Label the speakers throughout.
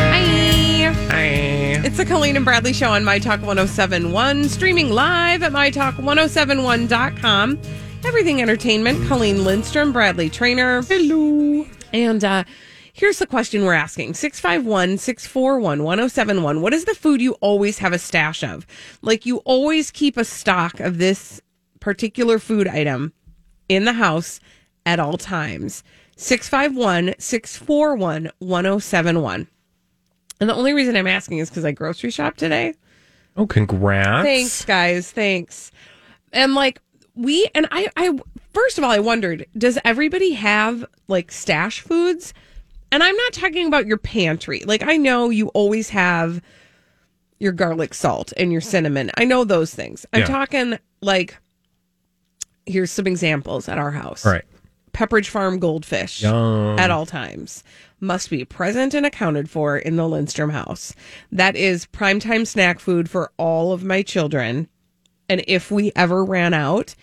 Speaker 1: Hi.
Speaker 2: Hey.
Speaker 1: It's the Colleen and Bradley Show on My Talk 1071, streaming live at MyTalk1071.com. Everything Entertainment, Colleen Lindstrom, Bradley Trainer. Hello. And uh, here's the question we're asking 651 641 1071. What is the food you always have a stash of? Like you always keep a stock of this particular food item in the house at all times. 651 641 1071. And the only reason I'm asking is because I grocery shopped today.
Speaker 2: Oh, congrats.
Speaker 1: Thanks, guys. Thanks. And like we and I, I first of all, I wondered, does everybody have like stash foods? And I'm not talking about your pantry. Like I know you always have your garlic salt and your cinnamon. I know those things. I'm
Speaker 2: Yeah.
Speaker 1: talking like here's some examples at our house.
Speaker 2: All right.
Speaker 1: Pepperidge Farm goldfish
Speaker 2: Yum.
Speaker 1: at all times must be present and accounted for in the Lindstrom house. That is primetime snack food for all of my children. And if we ever ran out,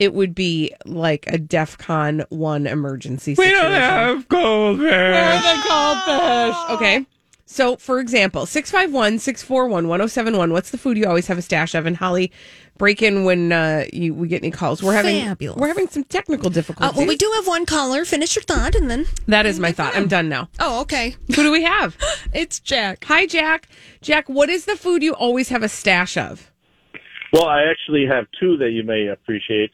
Speaker 1: it would be like a DEFCON 1 emergency
Speaker 2: We
Speaker 1: situation.
Speaker 2: don't have goldfish.
Speaker 1: the goldfish. Okay. So, for example, 651 641 1071. What's the food you always have a stash of? And Holly, break in when uh, you, we get any calls. We're having
Speaker 3: Fabulous.
Speaker 1: we're having some technical
Speaker 3: Uh,
Speaker 1: difficulties.
Speaker 3: well, we do have one caller. Finish your thought, and then.
Speaker 1: That is my thought. I'm done now.
Speaker 3: Oh, okay.
Speaker 1: Who do we have?
Speaker 3: It's Jack.
Speaker 1: Hi, Jack. Jack, what is the food you always have a stash of?
Speaker 4: Well, I actually have two that you may appreciate.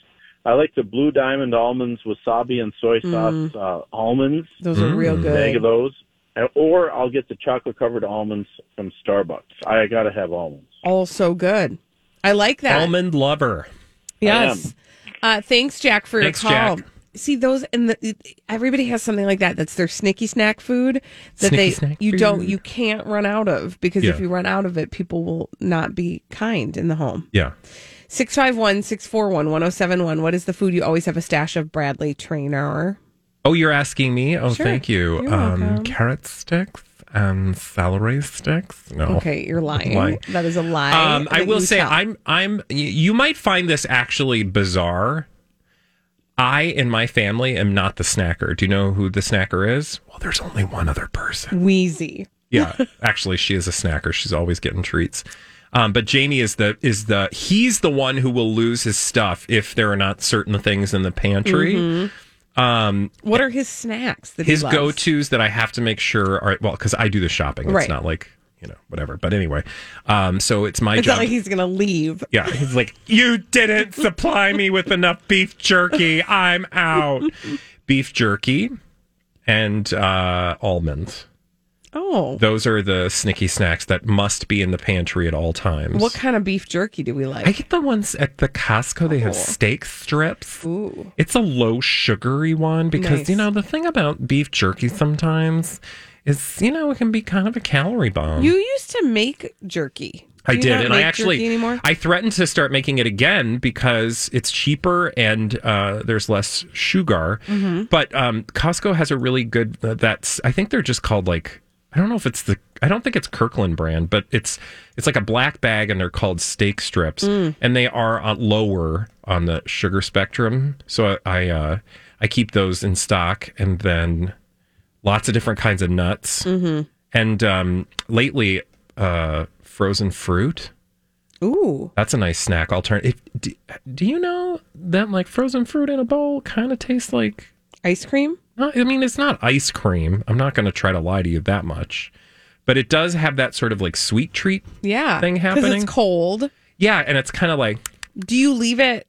Speaker 4: I like the Blue Diamond almonds, wasabi and soy sauce uh, almonds.
Speaker 1: Those are real
Speaker 4: Bag
Speaker 1: good.
Speaker 4: of those, And- or I'll get the chocolate covered almonds from Starbucks. I gotta have almonds.
Speaker 1: Also good. I like that.
Speaker 2: Almond lover.
Speaker 1: Yes. Uh, thanks, Jack, for
Speaker 2: Thanks,
Speaker 1: your call.
Speaker 2: Jack.
Speaker 1: See those, and the, everybody has something like that. That's their snicky snack food that
Speaker 2: Snicky
Speaker 1: they
Speaker 2: snack
Speaker 1: you don't
Speaker 2: food.
Speaker 1: you can't run out of because if
Speaker 2: Yeah.
Speaker 1: you run out of it, people will not be kind in the home.
Speaker 2: Yeah.
Speaker 1: 651 641 1071. What is the food you always have a stash of, Bradley Trainer?
Speaker 2: Oh, you're asking me? Oh,
Speaker 1: Sure.
Speaker 2: thank you. Um,
Speaker 1: You're welcome.
Speaker 2: carrot sticks and celery sticks. No.
Speaker 1: Okay, you're lying.
Speaker 2: Lying.
Speaker 1: That is a lie.
Speaker 2: Um, I
Speaker 1: that
Speaker 2: will
Speaker 1: you
Speaker 2: say
Speaker 1: tell.
Speaker 2: I'm I'm y- you might find this actually bizarre. I and my family am not the snacker. Do you know who the snacker is? Well, there's only one other person.
Speaker 1: wheezy.
Speaker 2: Yeah, actually, she is a snacker. She's always getting treats. Um, but Jamie is the is the he's the one who will lose his stuff if there are not certain things in the pantry. Um,
Speaker 1: What are his snacks? That he
Speaker 2: his
Speaker 1: loves?
Speaker 2: go tos that I have to make sure are well because I do the shopping.
Speaker 1: Right.
Speaker 2: It's not like you know whatever. But anyway, um, so it's my
Speaker 1: It's
Speaker 2: job.
Speaker 1: not like he's gonna leave.
Speaker 2: Yeah, he's like, you didn't supply me with enough beef jerky. I'm out. beef jerky and uh, almonds.
Speaker 1: Oh,
Speaker 2: Those are the snicky snacks that must be in the pantry at all times.
Speaker 1: what kind of beef jerky do we like?
Speaker 2: I get the ones at the Costco. They have steak strips.
Speaker 1: Oh. Ooh.
Speaker 2: It's a low sugary one because you
Speaker 1: Nice.
Speaker 2: know the thing about beef jerky sometimes is you know it can be kind of a calorie bomb.
Speaker 1: You used to make jerky.
Speaker 2: I
Speaker 1: Do you
Speaker 2: did,
Speaker 1: not
Speaker 2: and I
Speaker 1: make
Speaker 2: actually
Speaker 1: jerky anymore.
Speaker 2: I threatened to start making it again because it's cheaper and uh, there's less sugar.
Speaker 1: Mm-hmm.
Speaker 2: But um, Costco has a really good. Uh, that's I think they're just called like I don't know if it's the I don't think it's Kirkland brand, but it's it's like a black bag and they're called steak strips
Speaker 1: Mm.
Speaker 2: and they are uh, lower on the sugar spectrum. So I I, uh, I keep those in stock and then lots of different kinds of nuts. And um, lately, uh, frozen fruit.
Speaker 1: Ooh,
Speaker 2: That's a nice snack. Alternative. Do, do you know that like frozen fruit in a bowl kind of tastes like? uh,
Speaker 1: ice cream.
Speaker 2: not- I mean, it's not ice cream. I'm not going to try to lie to you that much, but it does have that sort of like sweet treat.
Speaker 1: Yeah.
Speaker 2: Thing
Speaker 1: 'Cause
Speaker 2: happening?
Speaker 1: It's cold.
Speaker 2: Yeah, and it's kind of like
Speaker 1: Do you leave it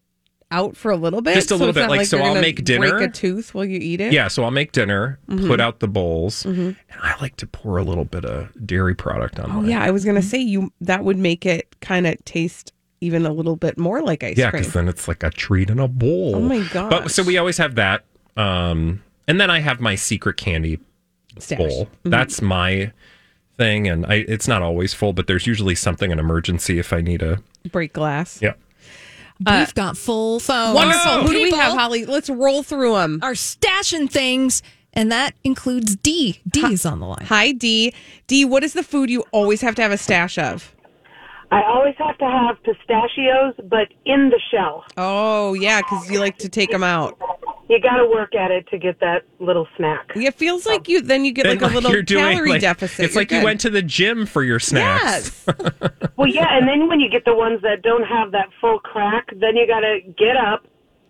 Speaker 1: out for a little bit?
Speaker 2: Just a little
Speaker 1: it's
Speaker 2: bit,
Speaker 1: not
Speaker 2: like, so
Speaker 1: you're
Speaker 2: I'll
Speaker 1: gonna
Speaker 2: make dinner.
Speaker 1: Break a tooth while you eat it.
Speaker 2: yeah. So I'll make dinner, put out the bowls, and I like to pour a little bit of dairy product on.
Speaker 1: Oh
Speaker 2: mine.
Speaker 1: yeah, I was gonna say you that would make it kind of taste even a little bit more like ice
Speaker 2: Yeah,
Speaker 1: cream.
Speaker 2: because then it's like a treat in a bowl.
Speaker 1: Oh my
Speaker 2: But
Speaker 1: gosh.
Speaker 2: so we always have that, um, and then I have my secret candy
Speaker 1: Stash. Mm-hmm.
Speaker 2: bowl. That's my thing, and I, it's not always full, but there's usually something an emergency if I need a
Speaker 1: Break glass.
Speaker 2: yeah.
Speaker 3: We've got full phones.
Speaker 1: Wonderful. Who do we
Speaker 3: People
Speaker 1: have, Holly? Let's roll through them.
Speaker 3: Are stashing things, and that includes D. D is on the line.
Speaker 1: Hi, D. D, what is the food you always have to have a stash of?
Speaker 5: I always have to have pistachios, but in the shell.
Speaker 1: Oh yeah, because you like to take them out.
Speaker 5: You got to work at it to get that little snack.
Speaker 1: It feels like you then you get like
Speaker 2: Then,
Speaker 1: a little
Speaker 2: you're doing,
Speaker 1: calorie
Speaker 2: like-
Speaker 1: deficit.
Speaker 2: It's like you went to the gym for your snacks.
Speaker 1: Yes.
Speaker 5: Well, yeah, and then when you get the ones that don't have that full crack, then you got to get up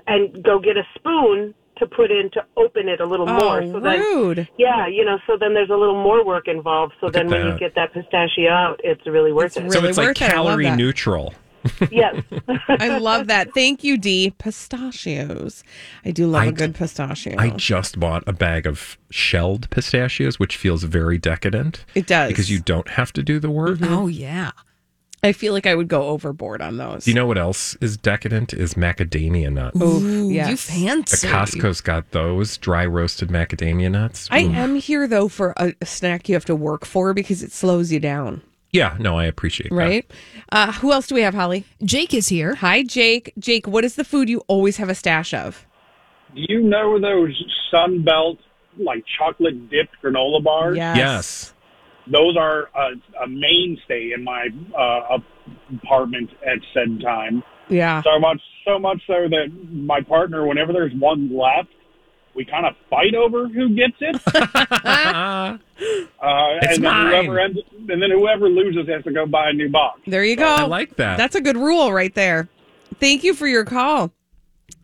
Speaker 5: and go get a spoon to put in to open it a little more.
Speaker 1: oh,
Speaker 5: So then,
Speaker 1: rude.
Speaker 5: yeah, you know, so then there's a little more work involved. So then
Speaker 2: at
Speaker 5: when
Speaker 2: that.
Speaker 5: you get that pistachio out, it's really
Speaker 1: It's
Speaker 5: worth it.
Speaker 2: So
Speaker 1: Really
Speaker 2: it's like
Speaker 1: worth it. I love
Speaker 2: calorie
Speaker 1: that.
Speaker 2: neutral.
Speaker 5: yes.
Speaker 1: I love that. Thank you, D. Pistachios. I do love a good pistachio.
Speaker 2: I just bought a bag of shelled pistachios, which feels very decadent
Speaker 1: it does
Speaker 2: because you don't have to do the work.
Speaker 1: Mm-hmm.
Speaker 3: Oh yeah.
Speaker 1: I feel like I would go overboard on those.
Speaker 2: Do you know what else is decadent? Is macadamia nuts.
Speaker 1: Ooh,
Speaker 3: You
Speaker 1: yes.
Speaker 2: The
Speaker 3: fancy.
Speaker 2: Costco's got those dry roasted macadamia nuts. Mm.
Speaker 1: I
Speaker 2: Ooh.
Speaker 1: am here though for a, a snack you have to work for because it slows you down,
Speaker 2: yeah, no, I appreciate
Speaker 1: right? Uh, who else do we have, Holly?
Speaker 3: Jake is here.
Speaker 1: Hi, Jake. Jake, what is the food you always have a stash of?
Speaker 6: Do you know those Sunbelt like chocolate dipped granola bars?
Speaker 2: that. Yes.
Speaker 6: Those are a, a mainstay in my uh, apartment at said time.
Speaker 1: Yeah.
Speaker 6: So much, so much so that my partner, whenever there's one left, we kind of fight over who gets it. uh,
Speaker 2: Uh-uh. It's
Speaker 6: and then
Speaker 2: mine.
Speaker 6: whoever ends, and then whoever loses has to go buy a new box.
Speaker 1: There you go.
Speaker 2: I like that.
Speaker 1: That's a good rule right there. Thank you for your call.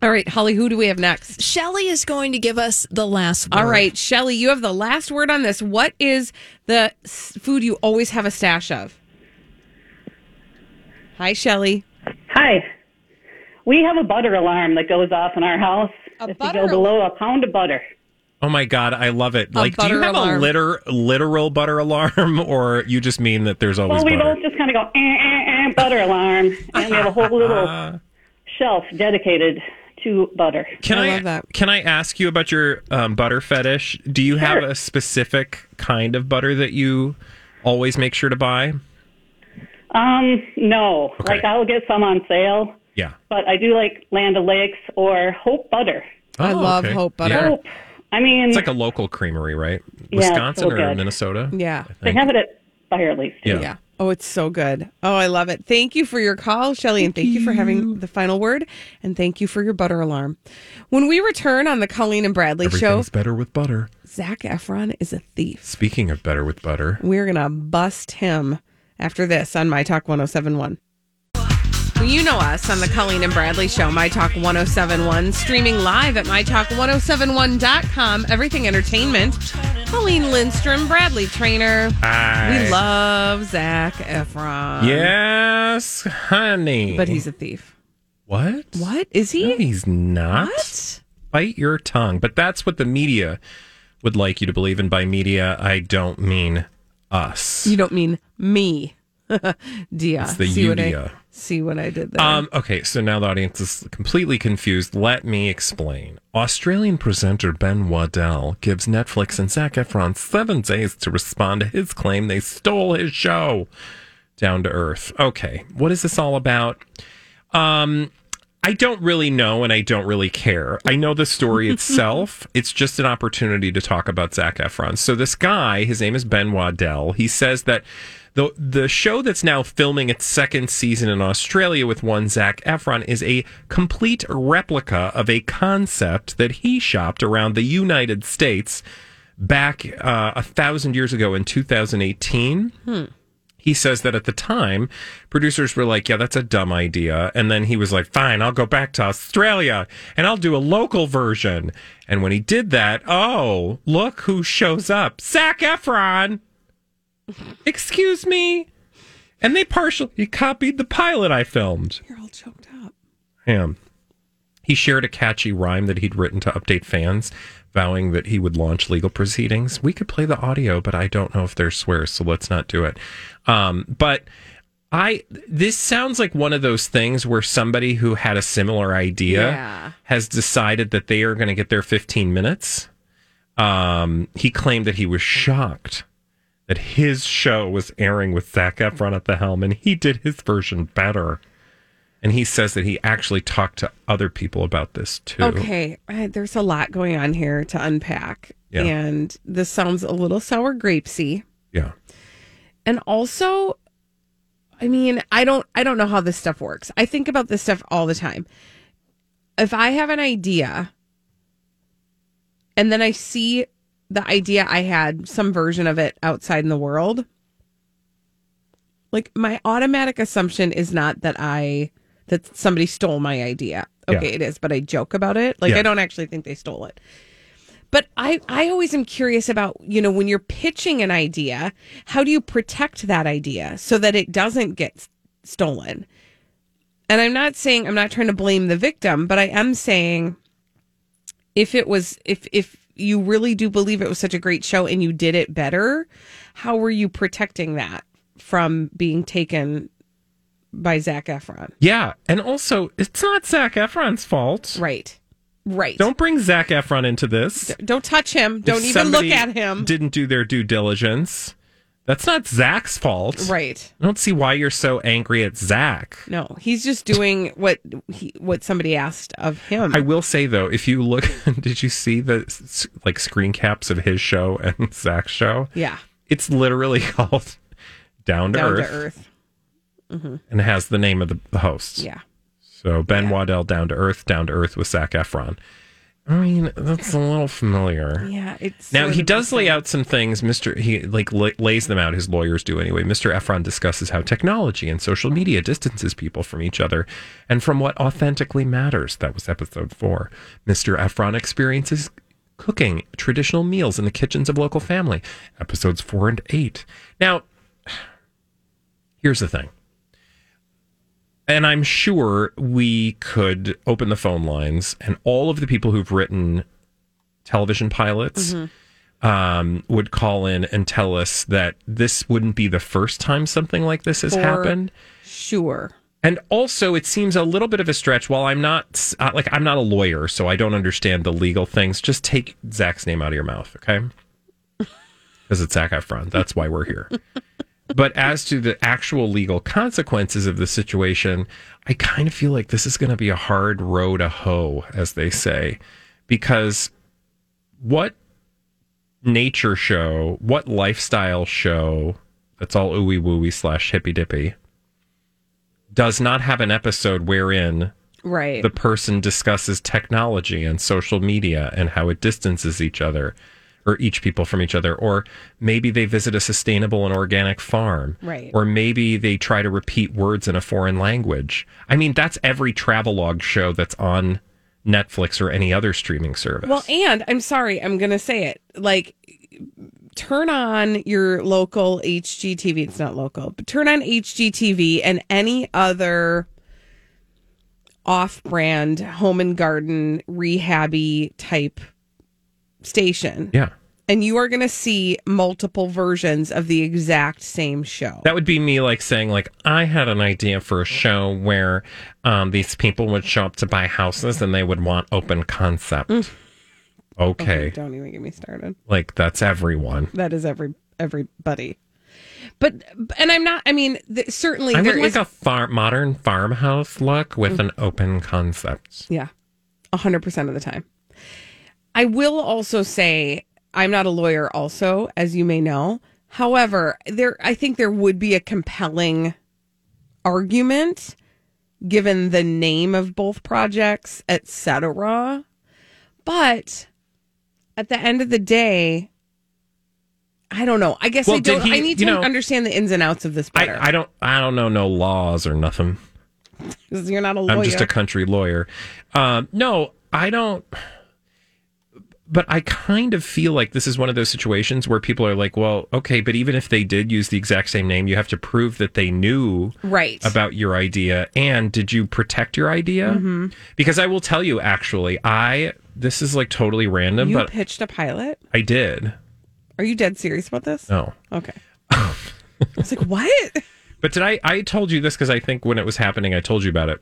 Speaker 1: All right, Holly, who do we have next?
Speaker 3: Shelly is going to give us the last word.
Speaker 1: All right, Shelly, you have the last word on this. What is the s- food you always have a stash of? Hi, Shelly.
Speaker 7: Hi. We have a butter alarm that goes off in our house if you
Speaker 1: butter
Speaker 7: go below a pound of butter.
Speaker 2: Oh my god, I love it. Like, do you
Speaker 1: butter
Speaker 2: have a
Speaker 1: alarm.
Speaker 2: liter, literal butter alarm, or you just mean that there's always
Speaker 7: Well, we
Speaker 2: butter?
Speaker 7: both just kind of go, eh, eh, eh, butter alarm. And we have a whole
Speaker 1: Uh-huh.
Speaker 7: little shelf dedicated to butter.
Speaker 2: Can
Speaker 1: I
Speaker 2: I,
Speaker 1: love that.
Speaker 2: can I ask you about your um, butter fetish? Do you have a specific kind of butter that you always make sure to buy?
Speaker 7: Um, no.
Speaker 2: Okay.
Speaker 7: Like, I'll get some on sale,
Speaker 2: Yeah.
Speaker 7: but I do like Land O'Lakes or Hope Butter.
Speaker 1: I
Speaker 2: Oh,
Speaker 1: love
Speaker 2: okay.
Speaker 1: Hope butter.
Speaker 2: Yeah.
Speaker 7: Hope. I mean,
Speaker 2: It's like a local creamery, right?
Speaker 7: it's
Speaker 2: Wisconsin
Speaker 7: so
Speaker 2: or
Speaker 7: good.
Speaker 2: Minnesota?
Speaker 1: Yeah.
Speaker 7: they
Speaker 2: I think.
Speaker 7: have it at Fireleaf. too.
Speaker 2: Yeah.
Speaker 1: Yeah. Oh, it's so good. Oh, I love it. Thank you for your call, Shelly, and thank you for having the final word. And thank you for your butter alarm. When we return on the Colleen and Bradley show,
Speaker 2: Everything's better with butter.
Speaker 1: Zach Efron is a thief.
Speaker 2: Speaking of better with butter,
Speaker 1: We're going to bust him after this on My Talk 1071. Well, you know us on the Colleen and Bradley Show, My Talk 1071, streaming live at MyTalk1071.com, everything entertainment. Colleen Lindstrom, Bradley Trainer.
Speaker 2: I
Speaker 1: We love Zach Efron.
Speaker 2: Yes, honey.
Speaker 1: But he's a thief.
Speaker 2: what?
Speaker 1: What? Is he?
Speaker 2: No, he's not. Bite your tongue. But that's what the media would like you to believe. And by media, I don't mean us.
Speaker 1: You don't mean me. Dia.
Speaker 2: It's the
Speaker 1: see what I
Speaker 2: Yudia.
Speaker 1: see what I did there.
Speaker 2: Um, okay, so now the audience is completely confused. Let me explain. Australian presenter Ben Waddell gives Netflix and Zac Efron seven days to respond to his claim they stole his show. Down to earth. Okay, what is this all about? Um, I don't really know, and I don't really care. I know the story itself. It's just an opportunity to talk about Zach Efron. So this guy, his name is Ben Waddell. He says that the the show that's now filming its second season in Australia with one Zach Efron is a complete replica of a concept that he shopped around the United States back uh, a thousand years ago in 2018 he says that at the time, producers were like, yeah, that's a dumb idea. And then he was like, fine, I'll go back to Australia and I'll do a local version. And when he did that, oh, look who shows up Zach Efron. Excuse me. And they partially copied the pilot I filmed.
Speaker 1: You're all choked up.
Speaker 2: Him. He shared a catchy rhyme that he'd written to update fans, vowing that he would launch legal proceedings. We could play the audio, but I don't know if there's swears, so let's not do it. Um, but I this sounds like one of those things where somebody who had a similar idea
Speaker 1: Yeah.
Speaker 2: has decided that they are going to get their 15 minutes. Um, he claimed that he was shocked that his show was airing with Zac Efron at the helm, and he did his version better. And he says that he actually talked to other people about this too.
Speaker 1: Okay, uh, there's a lot going on here to unpack,
Speaker 2: Yeah.
Speaker 1: and this sounds a little sour grapesy.
Speaker 2: Yeah.
Speaker 1: and also i mean i don't i don't know how this stuff works i think about this stuff all the time if i have an idea and then i see the idea i had some version of it outside in the world like my automatic assumption is not that i that somebody stole my idea okay
Speaker 2: Yeah.
Speaker 1: it is but i joke about it like
Speaker 2: Yeah.
Speaker 1: i don't actually think they stole it but I, I always am curious about, you know, when you're pitching an idea, how do you protect that idea so that it doesn't get s- stolen? And I'm not saying I'm not trying to blame the victim, but I am saying if it was if if you really do believe it was such a great show and you did it better, how were you protecting that from being taken by Zach Efron?
Speaker 2: Yeah. And also, it's not Zach Efron's fault.
Speaker 1: Right. Right.
Speaker 2: Don't bring Zach Efron into this.
Speaker 1: don't touch him. Don't
Speaker 2: If
Speaker 1: even look
Speaker 2: somebody
Speaker 1: at him.
Speaker 2: Didn't do their due diligence. That's not Zach's fault.
Speaker 1: right.
Speaker 2: I don't see why you're so angry at Zach.
Speaker 1: No, he's just doing what he what somebody asked of him.
Speaker 2: I will say though, if you look, did you see the s- like screen caps of his show and Zach's show?
Speaker 1: yeah,
Speaker 2: It's literally called Down to,
Speaker 1: down
Speaker 2: Earth,
Speaker 1: to earth.
Speaker 2: and has the name of the, the host.
Speaker 1: Yeah,
Speaker 2: So Ben Waddell, Down to Earth, Down to Earth with Zach Efron. I mean, that's a little familiar.
Speaker 1: yeah. It's
Speaker 2: Now
Speaker 1: sort
Speaker 2: he
Speaker 1: of
Speaker 2: does
Speaker 1: the
Speaker 2: lay
Speaker 1: same.
Speaker 2: out some things. Mr. He like la- lays them out. His lawyers do anyway. Mr. Efron discusses how technology and social media distances people from each other and from what authentically matters. That was episode four. Mr. Efron experiences cooking traditional meals in the kitchens of local family. Episodes four and eight. Now, here's the thing. And I'm sure we could open the phone lines, and all of the people who've written television pilots um, would call in and tell us that this wouldn't be the first time something like this has
Speaker 1: For-
Speaker 2: happened.
Speaker 1: Sure.
Speaker 2: And also, it seems a little bit of a stretch. While I'm not uh, like I'm not a lawyer, so I don't understand the legal things. Just take Zach's name out of your mouth, okay? Because it's Zach Efron. That's why we're here. but as to the actual legal consequences of the situation, I kind of feel like this is going to be a hard row to hoe, as they say, because what nature show, what lifestyle show that's all ooey wooey slash hippy dippy does not have an episode wherein
Speaker 1: Right.
Speaker 2: the person discusses technology and social media and how it distances each other or each people from each other or maybe they visit a sustainable and organic farm
Speaker 1: Right.
Speaker 2: or maybe they try to repeat words in a foreign language i mean that's every travelogue show that's on netflix or any other streaming service
Speaker 1: well, and I'm sorry, I'm gonna say it. Like, turn on your local HGTV. It's not local, but turn on HGTV and any other off-brand home and garden rehabby type station.
Speaker 2: yeah
Speaker 1: and you are going to see multiple versions of the exact same show.
Speaker 2: That would be me like saying like I had an idea for a show where um, these people would show up to buy houses and they would want open concept.
Speaker 1: Mm.
Speaker 2: Okay,
Speaker 1: Don't even get me started.
Speaker 2: like that's everyone.
Speaker 1: That is every everybody. But and I'm not. I mean, th- certainly
Speaker 2: I
Speaker 1: there
Speaker 2: would
Speaker 1: is. Mm.
Speaker 2: like a far- modern farmhouse look with an open concept.
Speaker 1: yeah, hundred percent of the time. I will also say I'm not a lawyer. Also, as you may know, however, there I think there would be a compelling argument given the name of both projects, etc. But at the end of the day, I don't know. I guess
Speaker 2: Well,
Speaker 1: I
Speaker 2: did
Speaker 1: don't.
Speaker 2: he-
Speaker 1: I need to
Speaker 2: you know-
Speaker 1: understand the ins and outs of this better.
Speaker 2: I, I don't I don't know no laws or nothing.
Speaker 1: 'Cause you're not a
Speaker 2: I'm
Speaker 1: lawyer.
Speaker 2: just a country lawyer. Um, no, I don't. but I kind of feel like this is one of those situations where people are like, well, okay, but even if they did use the exact same name, you have to prove that they knew
Speaker 1: Right.
Speaker 2: about your idea and did you protect your idea? Because I will tell you actually, I this is like totally random,
Speaker 1: you
Speaker 2: but
Speaker 1: pitched a pilot?
Speaker 2: I did. Oh.
Speaker 1: Are you dead serious about this?
Speaker 2: No.
Speaker 1: Okay. I was like, what?
Speaker 2: But did I? I told you this because I think when it was happening, I told you about it.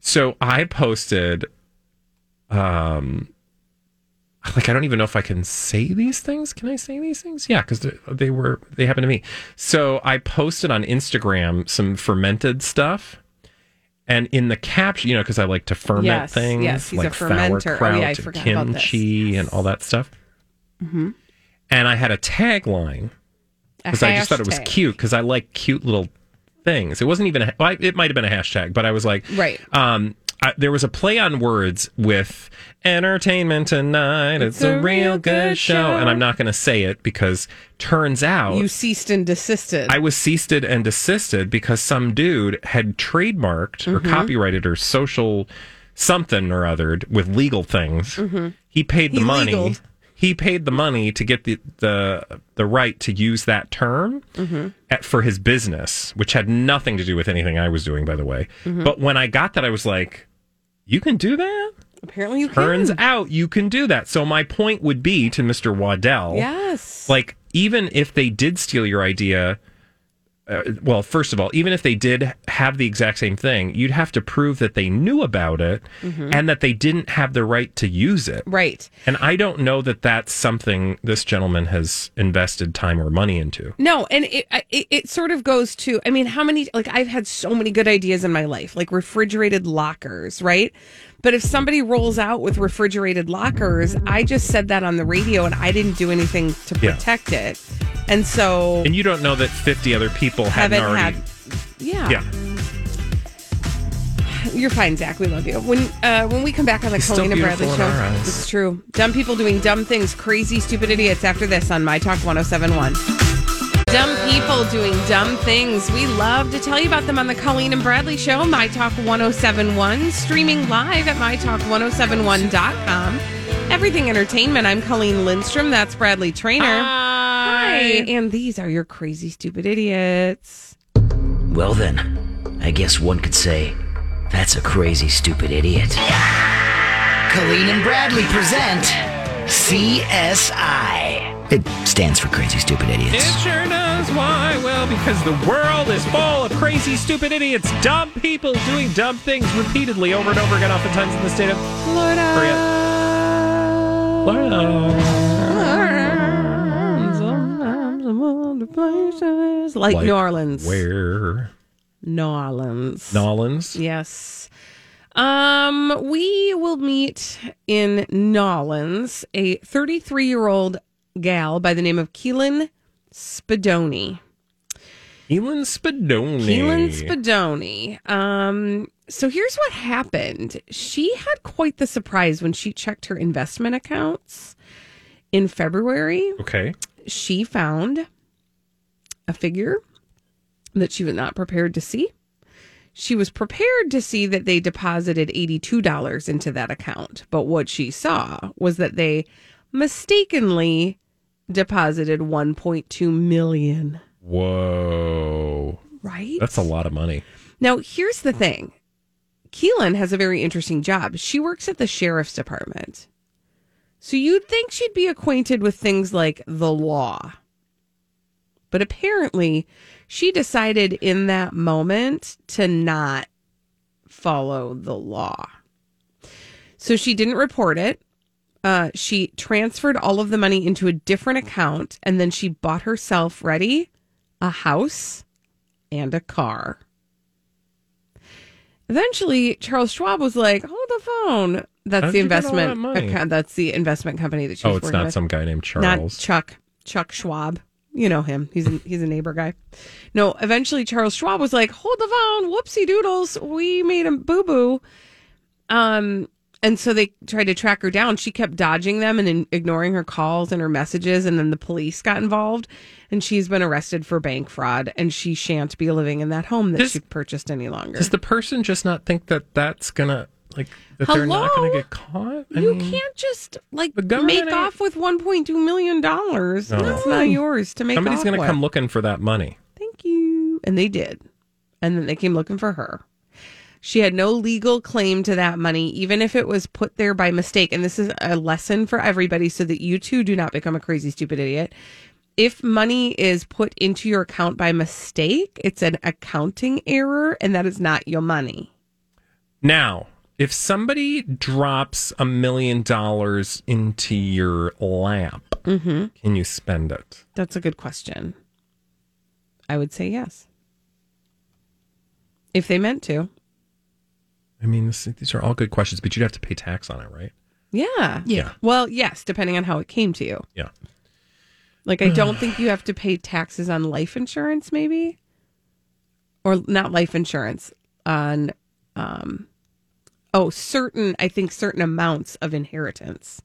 Speaker 2: So I posted, um, like I don't even know if I can say these things. Can I say these things? Yeah, because they were they happened to me. So I posted on Instagram some fermented stuff, and in the caption, you know, because I like to ferment
Speaker 1: Yes,
Speaker 2: things,
Speaker 1: yes, he's a
Speaker 2: like
Speaker 1: fermenter. Oh,
Speaker 2: sauerkraut,
Speaker 1: yeah, I
Speaker 2: and
Speaker 1: forgot about this. Mm-hmm.
Speaker 2: kimchi, and all that stuff. And I had a tagline because I just thought it was
Speaker 1: Hashtag.
Speaker 2: cute because I like cute little things. It wasn't even a, well, I- it might have been a hashtag, but I was like,
Speaker 1: Right.
Speaker 2: Um, I, there was a play on words with entertainment tonight. It's, a, real good show. and I'm not going to say it because turns out
Speaker 1: You ceased and desisted.
Speaker 2: I was ceased and desisted because some dude had trademarked or copyrighted or social something or other with legal things. He paid the
Speaker 1: He
Speaker 2: money.
Speaker 1: legaled.
Speaker 2: He paid the money to get the the, the right to use that term at, for his business, which had nothing to do with anything I was doing, by the way. But when I got that, I was like, "You can do that."
Speaker 1: Apparently, you
Speaker 2: Turns
Speaker 1: can.
Speaker 2: out you can do that. So my point would be to Mr. Waddell
Speaker 1: Yes.
Speaker 2: like even if they did steal your idea uh, well first of all even if they did have the exact same thing you'd have to prove that they knew about it
Speaker 1: Mm-hmm.
Speaker 2: and that they didn't have the right to use it
Speaker 1: right.
Speaker 2: and i don't know that that's something this gentleman has invested time or money into
Speaker 1: No, and it, I- it it sort of goes to I mean, how many like I've had so many good ideas in my life, like refrigerated lockers, right? But if somebody rolls out with refrigerated lockers, I just said that on the radio and I didn't do anything to
Speaker 2: Yeah.
Speaker 1: protect it. And so
Speaker 2: and you don't know that 50 other people hadn't
Speaker 1: haven't
Speaker 2: already
Speaker 1: had yeah.
Speaker 2: yeah
Speaker 1: You're fine, Zach. We love you. When uh, when we come back on the
Speaker 2: He's still
Speaker 1: Colleen and Bradley
Speaker 2: beautiful in our
Speaker 1: show,
Speaker 2: eyes.
Speaker 1: it's true. Dumb people doing dumb things, crazy, stupid idiots after this on My Talk 1071. Dumb people doing dumb things. We love to tell you about them on the Colleen and Bradley show, My Talk 1071, streaming live at MyTalk1071.com. Everything Entertainment. I'm Colleen Lindstrom. That's Bradley Trainer. Hi. And these are your crazy, stupid idiots.
Speaker 8: Well, then, I guess one could say that's a crazy, stupid idiot. Colleen and Bradley present CSI. It stands for Crazy Stupid Idiots.
Speaker 2: It sure knows why. Well, because the world is full of crazy, stupid idiots, dumb people doing dumb things repeatedly over and over again, oftentimes in the state of Florida.
Speaker 1: Like, New Orleans.
Speaker 2: Where?
Speaker 1: New Orleans.
Speaker 2: Nolans?
Speaker 1: Yes. Um, we will meet in Nolans a 33 year old gal by the name of Keelan Spadoni.
Speaker 2: Elon Spadoni.
Speaker 1: Keelan Spadoni. Um, so here's what happened. She had quite the surprise when she checked her investment accounts in February.
Speaker 2: Okay.
Speaker 1: she found a figure that she was not prepared to see. She was prepared to see that they deposited $82 into that account, but what she saw was that they mistakenly deposited 1.2 million,
Speaker 2: Whoa.
Speaker 1: right?
Speaker 2: That's a lot of money.
Speaker 1: Now, here's the thing. Keelan has a very interesting job. She works at the sheriff's department. So you'd think she'd be acquainted with things like the law. But apparently, she decided in that moment to not follow the law. So she didn't report it. Uh, she transferred all of the money into a different account and then she bought herself ready a house and a car. Eventually, Charles Schwab was like, "Hold the phone. That's
Speaker 2: How'd
Speaker 1: the
Speaker 2: you get all
Speaker 1: investment.
Speaker 2: that money?
Speaker 1: account- uh, that's the investment company that she was
Speaker 2: Oh, it's
Speaker 1: working
Speaker 2: not
Speaker 1: with.
Speaker 2: some guy named
Speaker 1: Not
Speaker 2: Charles.
Speaker 1: Chuck. Chuck Schwab. You know him. He's a, he's a neighbor guy. No, eventually Charles Schwab was like, "Hold the phone. Whoopsie doodles. We made a boo boo." Um, and so they tried to track her down. She kept dodging them and in- ignoring her calls and her messages. And then the police got involved, and she's been arrested for bank fraud. And she shan't be living in that home that
Speaker 2: Does-
Speaker 1: she purchased any longer.
Speaker 2: Does the person just not think that that's going to, Like that they're not
Speaker 1: Hello?
Speaker 2: going to get caught. I
Speaker 1: you
Speaker 2: mean,
Speaker 1: can't just like
Speaker 2: Mm. government
Speaker 1: make
Speaker 2: ain't-
Speaker 1: off with 1.2 million dollars.
Speaker 2: No.
Speaker 1: That's not yours to make.
Speaker 2: Somebody's
Speaker 1: off
Speaker 2: going to
Speaker 1: with.
Speaker 2: come looking for that money.
Speaker 1: and they did. And then they came looking for her. She had no legal claim to that money, even if it was put there by mistake. And this is a lesson for everybody so that you too do not become a crazy, stupid idiot. If money is put into your account by mistake, it's an accounting error, and that is not your money.
Speaker 2: Now, if somebody drops a million dollars into your lap,
Speaker 1: Mm-hmm.
Speaker 2: can you spend it?
Speaker 1: That's a good question. I would say yes. If they meant to.
Speaker 2: I mean, this, these are all good questions, but you'd have to pay tax on it, right?
Speaker 1: Yeah.
Speaker 2: Yeah.
Speaker 1: Well, yes, depending on how it came to you.
Speaker 2: Yeah.
Speaker 1: Like I don't think you have to pay taxes on life insurance, maybe, or not life insurance on, um, oh, certain. I think certain amounts of inheritance.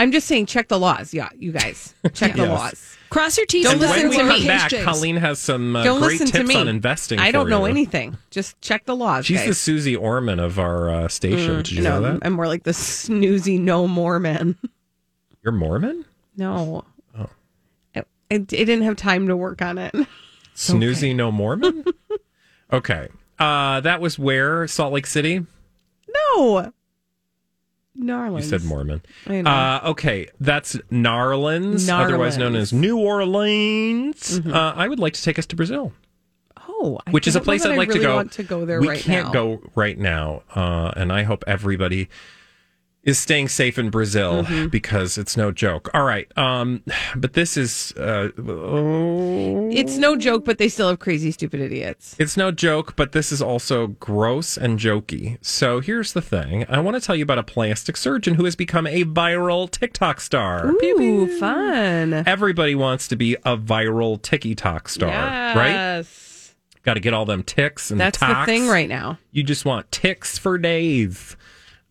Speaker 1: I'm just saying, check the laws. Yeah, you guys, check the
Speaker 2: Yes.
Speaker 1: laws.
Speaker 3: Cross your T's
Speaker 1: Don't
Speaker 3: and
Speaker 1: listen
Speaker 2: when we
Speaker 1: to
Speaker 2: come
Speaker 1: me.
Speaker 2: back, Colleen has some uh,
Speaker 1: don't
Speaker 2: great
Speaker 1: listen to
Speaker 2: tips
Speaker 1: me
Speaker 2: on investing.
Speaker 1: I don't
Speaker 2: for
Speaker 1: know
Speaker 2: you.
Speaker 1: anything. Just check the laws.
Speaker 2: She's
Speaker 1: guys.
Speaker 2: the Susie Orman of our uh, station.
Speaker 1: Mm,
Speaker 2: Did you
Speaker 1: no,
Speaker 2: know that?
Speaker 1: I'm more like the snoozy no Mormon.
Speaker 2: You're Mormon?
Speaker 1: No.
Speaker 2: Oh.
Speaker 1: I, I didn't have time to work on it.
Speaker 2: Snoozy, no Mormon? okay. Uh, that was where? Salt Lake City?
Speaker 1: No. Narlands.
Speaker 2: You said Mormon.
Speaker 1: I know.
Speaker 2: Uh, okay, that's Narlands, otherwise known as New Orleans. Uh, I would like to take us to Brazil,
Speaker 1: Oh, Mm-hmm. I
Speaker 2: which is a
Speaker 1: don't know
Speaker 2: place
Speaker 1: that
Speaker 2: I'd
Speaker 1: I
Speaker 2: like
Speaker 1: really
Speaker 2: to go.
Speaker 1: Want to go there
Speaker 2: we
Speaker 1: right
Speaker 2: can't
Speaker 1: now.
Speaker 2: go right now, uh, and I hope everybody is staying safe in Brazil
Speaker 1: Mm-hmm.
Speaker 2: because it's no joke. All right, um, but this is uh, oh,
Speaker 1: It's no joke, but they still have crazy, stupid idiots.
Speaker 2: It's no joke, but this is also gross and jokey. So here's the thing: I want to tell you about a plastic surgeon who has become a viral TikTok star.
Speaker 1: Ooh, fun.
Speaker 2: Everybody wants to be a viral TikTok star, right?
Speaker 1: yes.
Speaker 2: Got to get all them ticks and
Speaker 1: That's the
Speaker 2: tocks.
Speaker 1: thing right now.
Speaker 2: You just want ticks for days.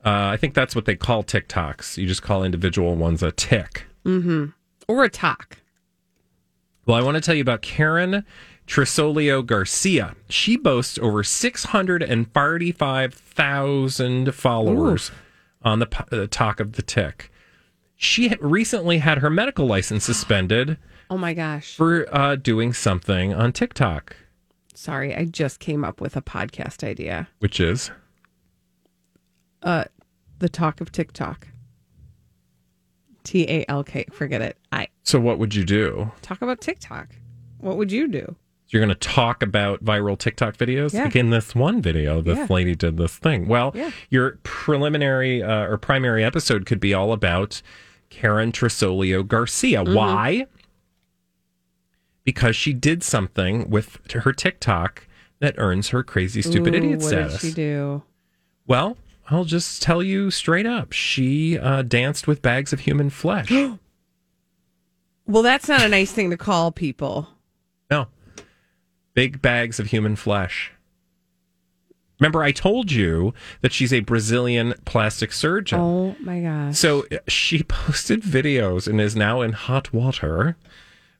Speaker 2: Uh, I think that's what they call TikToks. You just call individual ones a tick.
Speaker 1: Mm-hmm. Or a talk.
Speaker 2: Well, I want to tell you about Karen Trisolio Garcia. She boasts over 645,000 followers on the po- uh, talk of the tick. She ha- recently had her medical license suspended
Speaker 1: Oh my gosh.
Speaker 2: for uh, doing something on TikTok,
Speaker 1: Sorry, I just came up with a podcast idea.
Speaker 2: which is
Speaker 1: Uh, the talk of TikTok. T A L K. Forget it. I
Speaker 2: so what would you do?
Speaker 1: talk about TikTok. What would you do?
Speaker 2: So you're going to talk about viral TikTok videos?
Speaker 1: Yeah.
Speaker 2: Like in this one video, this
Speaker 1: Yeah.
Speaker 2: lady did this thing. Well,
Speaker 1: Yeah.
Speaker 2: your preliminary uh, or primary episode could be all about Karen Trisolio Garcia.
Speaker 1: Mm-hmm.
Speaker 2: Why? Because she did something with her TikTok that earns her crazy stupid
Speaker 1: Ooh,
Speaker 2: idiot
Speaker 1: what
Speaker 2: status.
Speaker 1: did she do?
Speaker 2: Well, I'll just tell you straight up. She uh, danced with bags of human flesh.
Speaker 1: Well, that's not a nice thing to call people.
Speaker 2: No. Big bags of human flesh. Remember, I told you that she's a Brazilian plastic surgeon.
Speaker 1: Oh my gosh.
Speaker 2: So uh, she posted videos and is now in hot water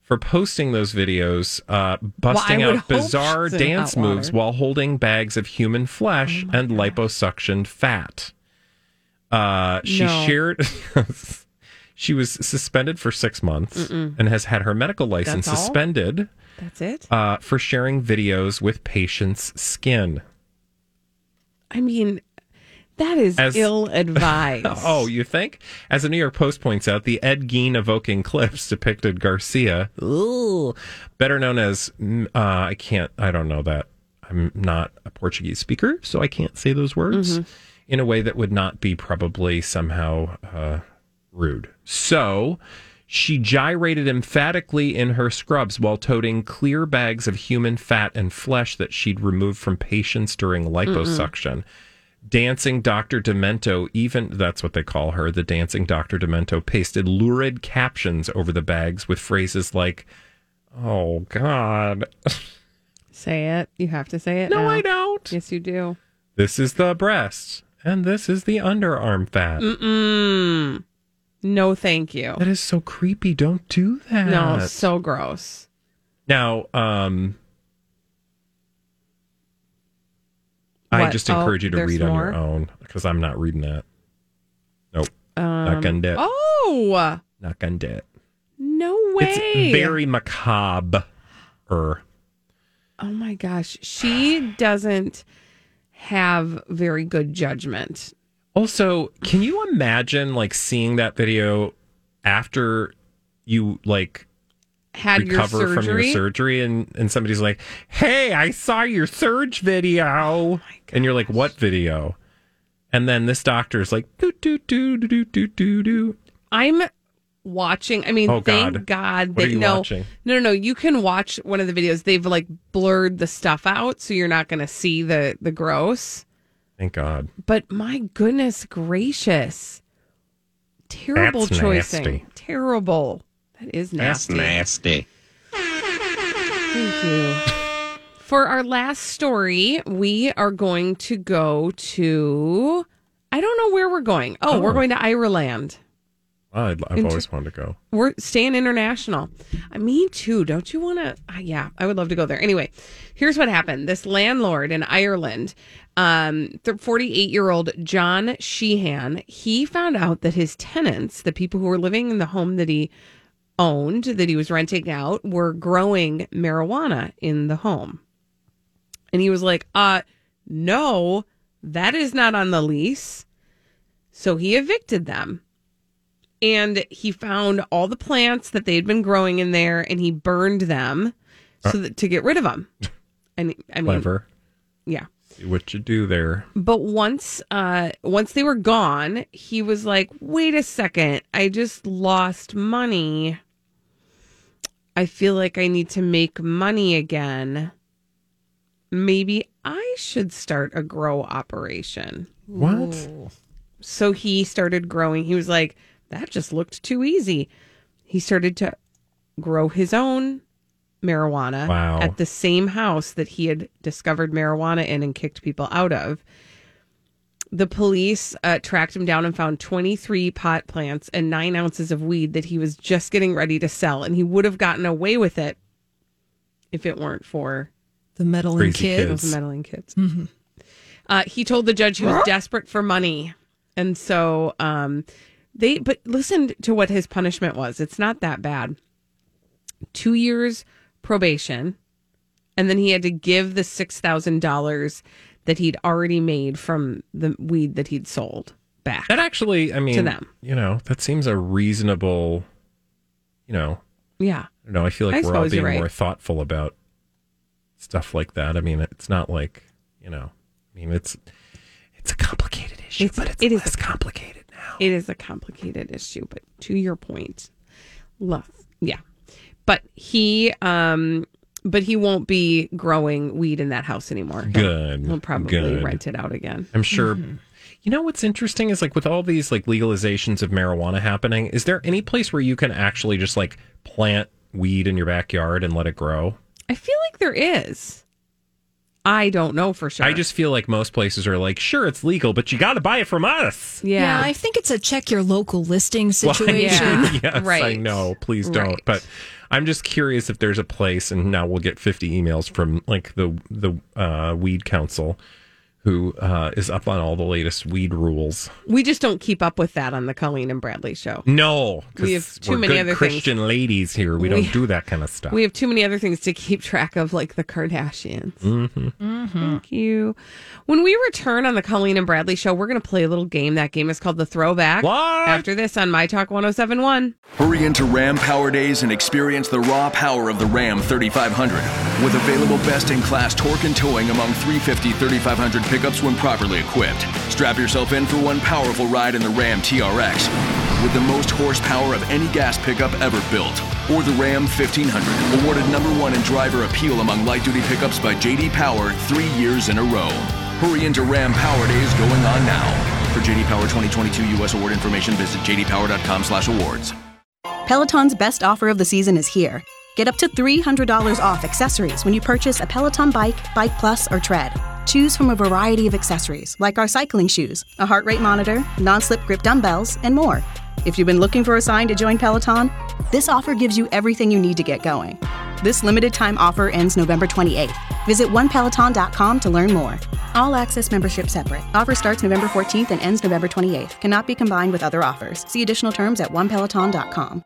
Speaker 2: for posting those videos, uh, busting
Speaker 1: Well, I would
Speaker 2: out
Speaker 1: hope
Speaker 2: bizarre
Speaker 1: she's in
Speaker 2: dance
Speaker 1: hot water. Oh
Speaker 2: moves while holding bags of human flesh and liposuctioned fat. Uh, she
Speaker 1: No.
Speaker 2: shared. she was suspended for six months
Speaker 1: Mm-mm.
Speaker 2: and has had her medical license
Speaker 1: That's all?
Speaker 2: suspended
Speaker 1: That's it?
Speaker 2: uh, for sharing videos with patients' skin.
Speaker 1: I mean, that is
Speaker 2: As-
Speaker 1: ill advised.
Speaker 2: Oh, you think? As the New York Post points out, the Ed Gein evoking clips depicted Garcia, ooh, better known as mm, uh, I can't, I don't know that. I'm not a Portuguese speaker, so I can't say those words in a way that would not be probably somehow uh, rude. So she gyrated emphatically in her scrubs while toting clear bags of human fat and flesh that she'd removed from patients during liposuction dancing Dr. Demento, even that's what they call her, the dancing Dr. Demento, pasted lurid captions over the bags with phrases like, Oh God,
Speaker 1: Say it. You have to say it.
Speaker 2: No,
Speaker 1: now.
Speaker 2: I don't.
Speaker 1: Yes, you do.
Speaker 2: this is the breast and this is the underarm fat.
Speaker 1: Mm. Mm-mm. Mm. No, thank you.
Speaker 2: That is so creepy. Don't do that.
Speaker 1: No, so gross.
Speaker 2: now, um, I
Speaker 1: What?
Speaker 2: just
Speaker 1: Oh,
Speaker 2: encourage you to
Speaker 1: there's
Speaker 2: read on your
Speaker 1: more?
Speaker 2: own because I'm not reading that. Nope.
Speaker 1: Um,
Speaker 2: not gonna do it.
Speaker 1: Oh,
Speaker 2: Not gonna do it.
Speaker 1: no way.
Speaker 2: It's very macabre. Er.
Speaker 1: Oh my gosh. She doesn't have very good judgment.
Speaker 2: Also, can you imagine like seeing that video after you like
Speaker 1: Had
Speaker 2: recover
Speaker 1: your surgery.
Speaker 2: from your surgery and, and somebody's like, Hey, I saw your surge video
Speaker 1: Oh
Speaker 2: and you're like, What video? And then this doctor's like, doo doo doo doo doo doo doo doo.
Speaker 1: I'm watching. I mean,
Speaker 2: Oh,
Speaker 1: thank
Speaker 2: God.
Speaker 1: God,
Speaker 2: What
Speaker 1: they
Speaker 2: are you
Speaker 1: no,
Speaker 2: watching?
Speaker 1: no, no, no. You can watch one of the videos. They've like blurred the stuff out, so you're not going to see the the gross.
Speaker 2: Thank God.
Speaker 1: But my goodness gracious, terrible
Speaker 2: That's
Speaker 1: choicing.
Speaker 2: nasty.
Speaker 1: Terrible. That is nasty.
Speaker 9: nasty.
Speaker 1: Thank you. For our last story, we are going to go to. I don't know where we're going. Oh,
Speaker 2: Oh.
Speaker 1: we're going to Ireland.
Speaker 2: I'd, I've
Speaker 1: Inter-
Speaker 2: always wanted to go.
Speaker 1: We're staying international. Uh, me too. Don't you want to? Uh, yeah, I would love to go there. Anyway, here's what happened. This landlord in Ireland, um, 48 year old John Sheehan, he found out that his tenants, the people who were living in the home that he owned, that he was renting out, were growing marijuana in the home. And he was like, uh, no, that is not on the lease. So he evicted them and he found all the plants that they had been growing in there and he burned them so that, to get rid of them. And I mean,
Speaker 2: Clever.
Speaker 1: yeah.
Speaker 2: See what you do there.
Speaker 1: But once uh once they were gone, he was like, "Wait a second. I just lost money. I feel like I need to make money again. Maybe I should start a grow operation."
Speaker 2: What?
Speaker 1: So he started growing. He was like, that just looked too easy. He started to grow his own marijuana
Speaker 2: Wow.
Speaker 1: at the same house that he had discovered marijuana in and kicked people out of. The police uh, tracked him down and found 23 pot plants and nine ounces of weed that he was just getting ready to sell. And he would have gotten away with it if it weren't for
Speaker 3: The meddling
Speaker 1: Crazy
Speaker 3: kids.
Speaker 1: kids. meddling kids. uh, he told the judge he was desperate for money, and so um, they. But listen to what his punishment was. It's not that bad. Two years probation, and then he had to give the six thousand dollars that he'd already made from the weed that he'd sold back.
Speaker 2: That actually, I mean,
Speaker 1: them.
Speaker 2: you know, that seems a reasonable, you know,
Speaker 1: Yeah,
Speaker 2: I don't know. I feel
Speaker 1: I
Speaker 2: like we're all
Speaker 1: suppose you're
Speaker 2: being
Speaker 1: right.
Speaker 2: more thoughtful about stuff like that. I mean, it's not like, you know, I mean, it's it's a complicated issue,
Speaker 1: it's,
Speaker 2: but it's
Speaker 1: it is-
Speaker 2: less complicated now.
Speaker 1: It is a complicated issue, but to your point, love, yeah. But he, um, but he won't be growing weed in that house anymore. He'll-
Speaker 2: Good,
Speaker 1: He'll probably
Speaker 2: good.
Speaker 1: rent it out again.
Speaker 2: I'm sure.
Speaker 1: Mm-hmm.
Speaker 2: You know what's interesting is like with all these like legalizations of marijuana happening, is there any place where you can actually just like plant weed in your backyard and let it grow?
Speaker 1: I feel like there is. I don't know for sure.
Speaker 2: I just feel like most places are like, sure, it's legal, but you got to buy it from us.
Speaker 3: Yeah. I think it's a check your local listing
Speaker 2: Well,
Speaker 3: situation.
Speaker 2: I, yes, I
Speaker 3: Right.
Speaker 2: know. Please don't.
Speaker 3: Right.
Speaker 2: But I'm just curious if there's a place, and now we'll get 50 emails from like the the uh, weed council, who uh, is up on all the latest weed rules.
Speaker 1: we just don't keep up with that on the Colleen and Bradley show.
Speaker 2: No, 'cause
Speaker 1: We have too
Speaker 2: we're
Speaker 1: many
Speaker 2: good
Speaker 1: other things.
Speaker 2: Christian ladies here.
Speaker 1: We-
Speaker 2: We, don't do that kind of stuff.
Speaker 1: We have too many other things to keep track of, like the Kardashians.
Speaker 2: hmm
Speaker 1: Thank you. When we return on the Colleen and Bradley show, we're going to play a little game. That game is called The Throwback. After this on My Talk 1071.
Speaker 10: Hurry into Ram Power Days and experience the raw power of the Ram 3500 with available best-in-class torque and towing among 350 3500 pickups when properly equipped. Strap yourself in for one powerful ride in the Ram TRX with the most horsepower of any gas pickup ever built or the Ram 1500 awarded number 1 in driver appeal among light-duty pickups by JD Power 3 years in a row. Hurry into Ram Power Days going on now. For JD Power 2022 US award information visit jdpower.com/awards.
Speaker 11: Peloton's best offer of the season is here. Get up to $300 off accessories when you purchase a Peloton bike, bike plus, or tread. Choose from a variety of accessories like our cycling shoes, a heart rate monitor, non slip grip dumbbells, and more. If you've been looking for a sign to join Peloton, this offer gives you everything you need to get going. This limited time offer ends November 28th.
Speaker 12: Visit onepeloton.com to learn more. All access membership separate. Offer starts November 14th and ends November 28th. Cannot be combined with other offers. See additional terms at onepeloton.com.